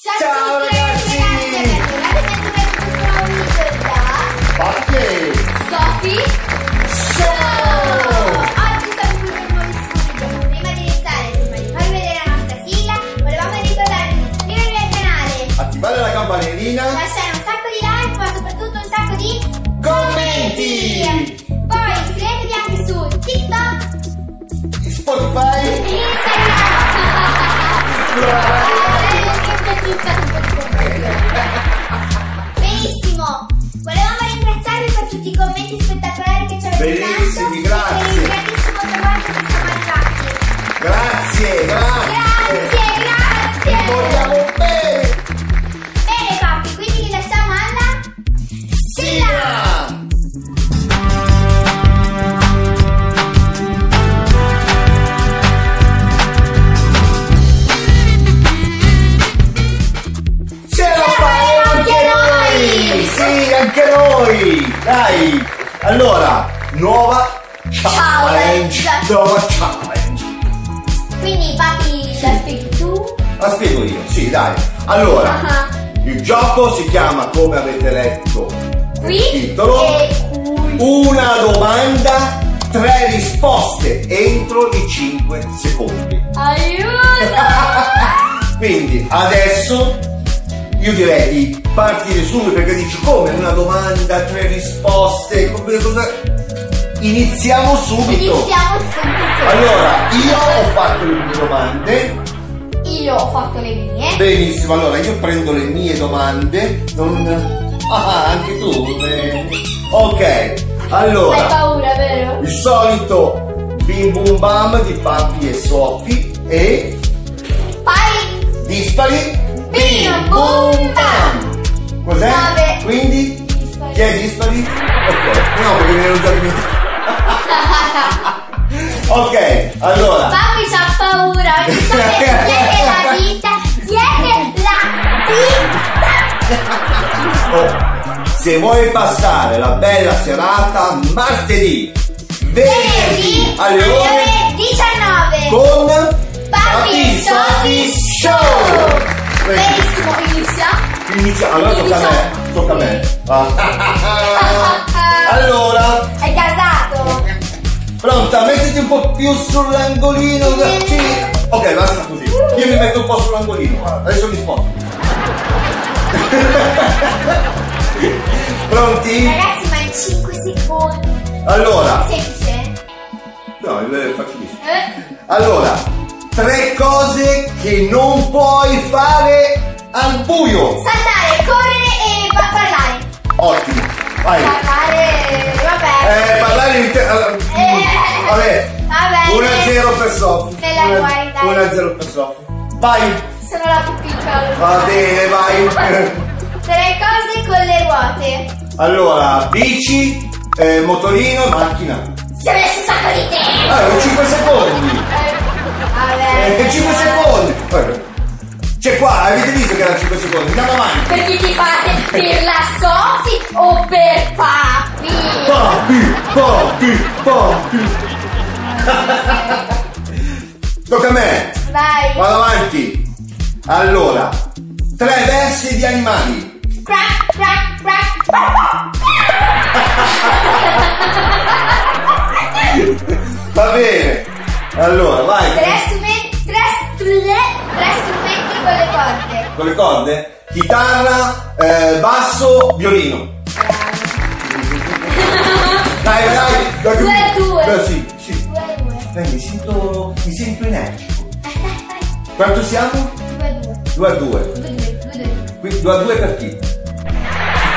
Ciao, Ciao, a tutti, ragazzi! Bentornati benvenuti Party! da Sofi Show! Oggi siamo qui per un nuovissimo video. Prima di iniziare, prima di farvi vedere la nostra sigla, volevamo ricordarvi di iscrivervi al canale, Attivate la campanellina. lasciare un sacco di like, ma soprattutto un sacco di Commenti! Poi iscrivetevi anche su TikTok Spotify. e Instagram. Benissimo, volevamo ringraziarvi per tutti i commenti spettacolari che ci avete fatto Bellissimi, e per grazie. il grandissimo traguardo che siamo arrivati. Grazie, grazie. Grazie, grazie! Ti vogliamo bene. Bene papi, quindi vi lasciamo alla sigla! Sigla! Ce la faremo anche noi! Sì, anche noi! Dai! Allora, nuova challenge! Challenge. Nuova challenge! Quindi papi, la spieghi tu? La spiego io, sì, dai. Allora, Ah. il gioco si chiama, come avete letto, Qui il titolo. e qui. Una domanda, tre risposte entro i 5 secondi. Aiuto! Quindi adesso io direi di partire subito perché dici come una domanda, tre risposte, come cosa- Iniziamo subito. Iniziamo subito! Allora, io ho fatto le mie domande. Io ho fatto le mie. Benissimo, allora io prendo le mie domande. Non... Ah, anche tu. bene. Ok, allora. Hai paura, vero? il solito bim bum bam di papi e soffi e Pari dispari Bim bum bam. cos'è? Nove. quindi chi è dispari? ok no perché mi ero già dimenticato ok allora Papi c'ha paura, non sa che- chi è che la vita, chi è che la vita. oh, se vuoi passare la bella serata martedì venerdì Venerdì alle ore 19. con Papi e Sofi Show. Benissimo, inizia. Inizia, allora tocca a me, tocca a me. Va. Allora, È casato. pronta, mettiti un po' più sull'angolino. da- sì. Ok, basta così. Io mi metto un po' sull'angolino, guarda, adesso mi sposto. Pronti? Ragazzi, ma in 5 secondi. Allora, Semplice. no, è facilissimo. Eh? Allora, tre cose che non puoi fare al buio. Saltare, correre e pa- parlare. Ottimo, vai. Parlare, vabbè. Eh, parlare in te- allora, Eh. Vabbè. Vabbè. eh, 1-0 per Sofi. Me la vuoi dare? 1-0 per Sofi. Vai, Sono la più piccola. va bene, vai. Tre cose con le ruote. Allora, bici, eh, motorino, macchina. Ci ha messo un sacco di tempo. Ah, 5 secondi. Eh, Vabbè. Eh, 5 secondi. Eh, Cioè qua, avete visto che era 5 secondi? Andiamo avanti. Per chi ti fate? Per la Sofi o per Papi? Papi, papi, papi. Tocca a me. Vai. Vado avanti. Allora, tre versi di animali. Crack, crack, crack. crack. Va bene. Allora, vai. Tre strumenti, tre, stru- tre strumenti con le corde. Con le corde? Chitarra, eh, basso, violino. Dai, dai, dai. Due a due. Beh, sì, sì. Due a due. Dai, mi sento, mi sento energico. Quanto siamo? Due a due. 2 a 2. Due a due, due a due. 2 a 2 per chi?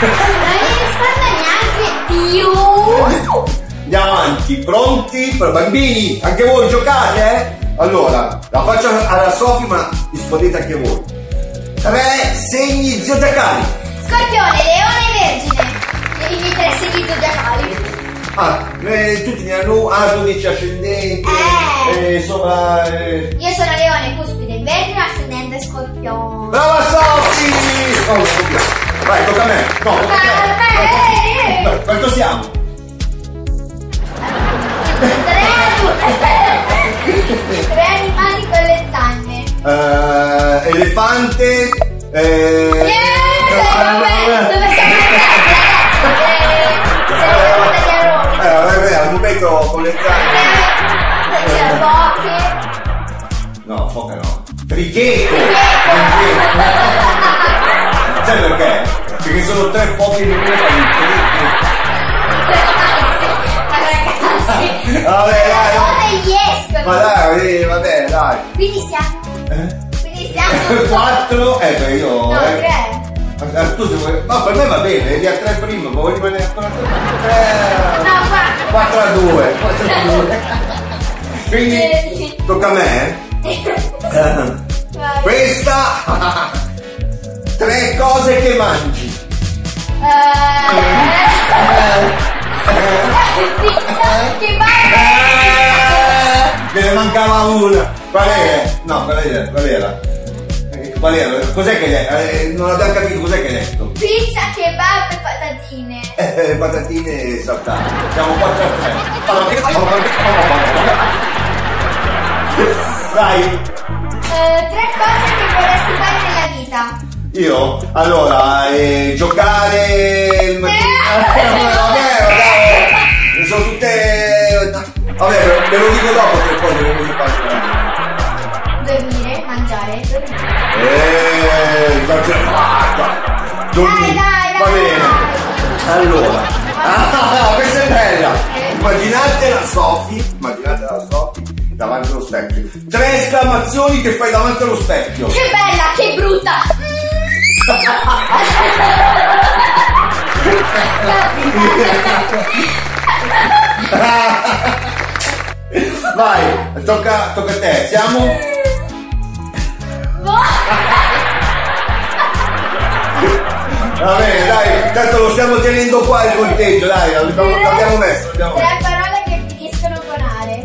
Non mi risparmia neanche più. Andiamo avanti, pronti? Per bambini, anche voi giocate, eh? Allora, la faccio alla Sofi, ma rispondete anche voi. Tre segni zodiacali. Scorpione, leone e vergine. I miei tre segni zodiacali. Ah, eh, tutti ne hanno ah, 12 ascendenti, Eh. eh, insomma... eh. Io sono leone, cuspide, vergine, ascendente e scorpione. Brava Sofi! Oh, non so. Vai, tocca a me. No, tocca a Vabbè. te. Quanto siamo? Tre, animali- tre animali con le zanne. Eh, elefante, Eh, Yeah! Dove siamo andati, ragazzi? Eh, Siamo andati a Roma. eh, vabbè, al momento con le zanne. Eh, C'è poche. No, foca no. Trighetto! Trighetto! Sai perché? Perché sono tre foche di una famiglia. Ragazzi. Vabbè, dai, no. Come gli escono. Ma dai, eh, vabbè, dai. Eh? Quindi siamo. Quindi siamo. Quattro? Eh, beh, io... No, eh. tre. Ah, tu se vuoi... No, per me va bene, li ha tre prima, ma vuoi rimanere ancora tre? No, quattro. 4 a 2, 4 a 2. Eh, Quindi sì. tocca a me. eh? Vai. Questa tre cose che mangi. Eh, pizza che vai. Me Eh! ne mancava una. Qual è? No, qual era? Qual era? Eh, Qual era? Cos'è che è? Eh, Non abbiamo capito cos'è che hai detto. Pizza, kebab e patatine. Eh, patatine e saltate. Siamo 4 a 3. Vai. Eh, tre cose che vorresti fare nella vita. Io? Allora, eh, giocare il Eh! mattino. Eh, ma non è vero, dai. Sono tutte. Vabbè, ve lo dico dopo tre cose che voglio fare. Dormire, mangiare, dormire. Eeeh, esagerata! Dormi- Dai, dai, Va dai, bene. Allora. Ah, questa è bella! Eh. Immaginatela Sofi, immaginatela Sofi davanti allo specchio. Tre esclamazioni che fai davanti allo specchio. Che bella, che brutta. Vai, tocca, tocca a te. Siamo. Boh. Va bene, dai, tanto lo stiamo tenendo qua il conteggio, dai, l'abbiamo, l'abbiamo messo, l'abbiamo messo. Tre parole che finiscono con are.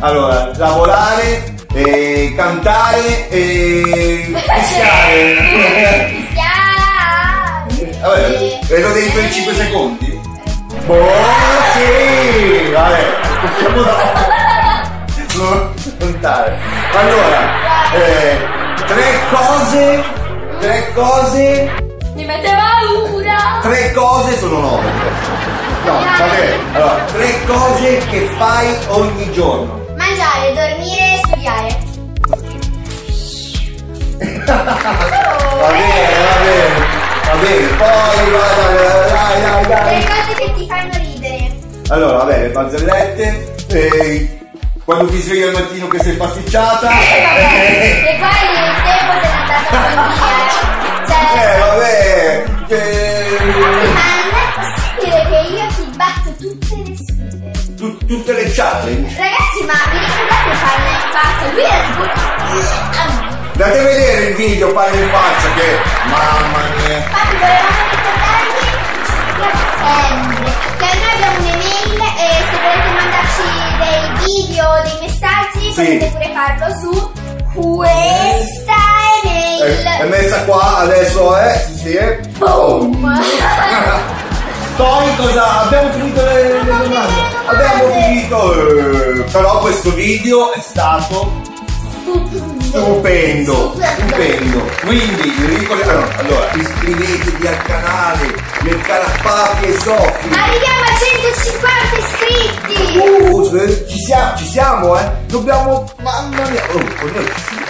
Allora, lavorare, eh, cantare e fischiare. Fischiare. Vabbè, Eh, e lo devi per eh, 5 secondi? Boh, sì! Vabbè, possiamo dopo. Non contare. Allora, eh, tre cose, tre cose Mi mette paura. Tre cose sono nove. No, va bene. Allora, tre cose che fai ogni giorno. Mangiare, dormire e studiare. Va Oh, eh, bene, va bene, va bene. Poi vada, dai, dai, Le dai. cose che ti fanno ridere. Allora, va bene, barzellette. eh, quando ti svegli al mattino che sei pasticciata. Eh, E poi il tempo se n'è andato via. Eh, Cioè, vabbè. eh, ma non è possibile che io ti batto tutte le sfide. tu- tutte le challenge. Ragazzi, ma vi ricordate quando è fatto? Lui era "Ah, tipo... Date a vedere il video, parla in faccia che. Mamma mia. Infatti volevamo ricordarvi sempre che noi abbiamo un'email e se volete mandarci dei video o dei messaggi potete pure farlo su questa Eh, è email. messa qua, adesso è. Sì, sì, è. Boom! Poi cosa? Abbiamo finito le, le Abbiamo domande. finito le domande. Abbiamo finito. eh, però questo video è stato stupendo. Stupendo. Quindi vi ricordo. allora, Allora, iscrivetevi al canale del Carapapi e Sofi. Arriviamo a 150 iscritti! Uh, eh, ci siamo, ci siamo, eh! Dobbiamo. Mamma mia! Oh, con noi ci siamo!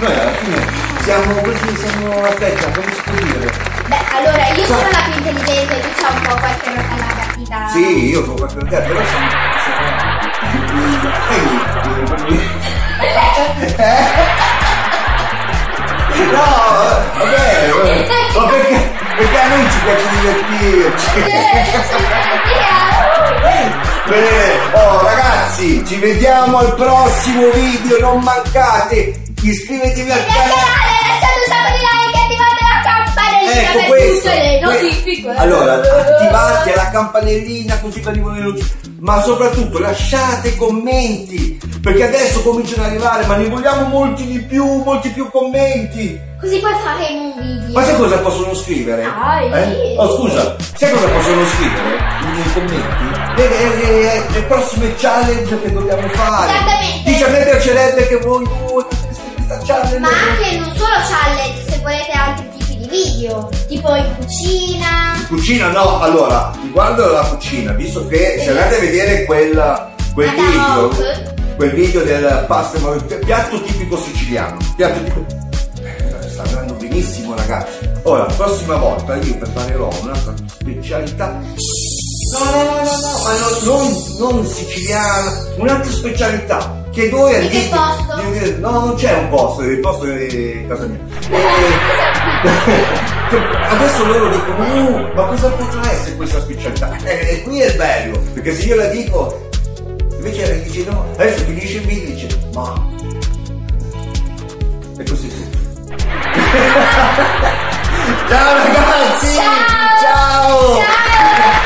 Noi alla fine siamo così, siamo. Aspetta, come si può dire? Beh, allora io sono la più intelligente, lui c'ha un po' qualche roba alla partita. Sì, io sono quattro te, però sono. sono- Eh? No, vabbè, vabbè. ma perché, perché a noi ci piace divertirci. Bene, oh ragazzi, ci vediamo al prossimo video, non mancate, iscrivetevi al canale. Lasciate un sacco di like e attivate la campanellina Ecco per questo. Eh, tutte le que- notifiche. Allora, attivate la campanellina così che arrivano le notifiche. Ma soprattutto lasciate commenti, perché adesso cominciano ad arrivare, ma ne vogliamo molti di più, molti più commenti. Così poi faremo un video. Ma sai cosa possono scrivere? Dai. Eh? Oh scusa, sai cosa possono scrivere nei commenti? Le, le- le- le prossime challenge che dobbiamo fare. Esattamente. Dice a me piacerebbe che voi voi faceste questa challenge. Ma anche non solo challenge, se volete altre tipo in cucina. Cucina no, allora, riguardo alla cucina, visto che se andate a vedere quella, quel La video, Taroc. quel video del pasta, ma- piatto tipico siciliano, piatto tipico, eh, sta andando benissimo ragazzi. Ora, la prossima volta io preparerò un'altra specialità. No, no, no, no, no, ma no, non, non siciliana, un'altra specialità. Che voi Di che andate- posto? di- di- No, non c'è un posto, il posto è casa mia. Eh, Adesso loro dicono, "Uh, ma cosa potrà essere questa specialità? Eh, E e qui è il bello, perché se io la dico, invece lei dice no, adesso finisce il video e dice, ma... E così tutto. Ciao ragazzi! Ciao! Ciao! Ciao!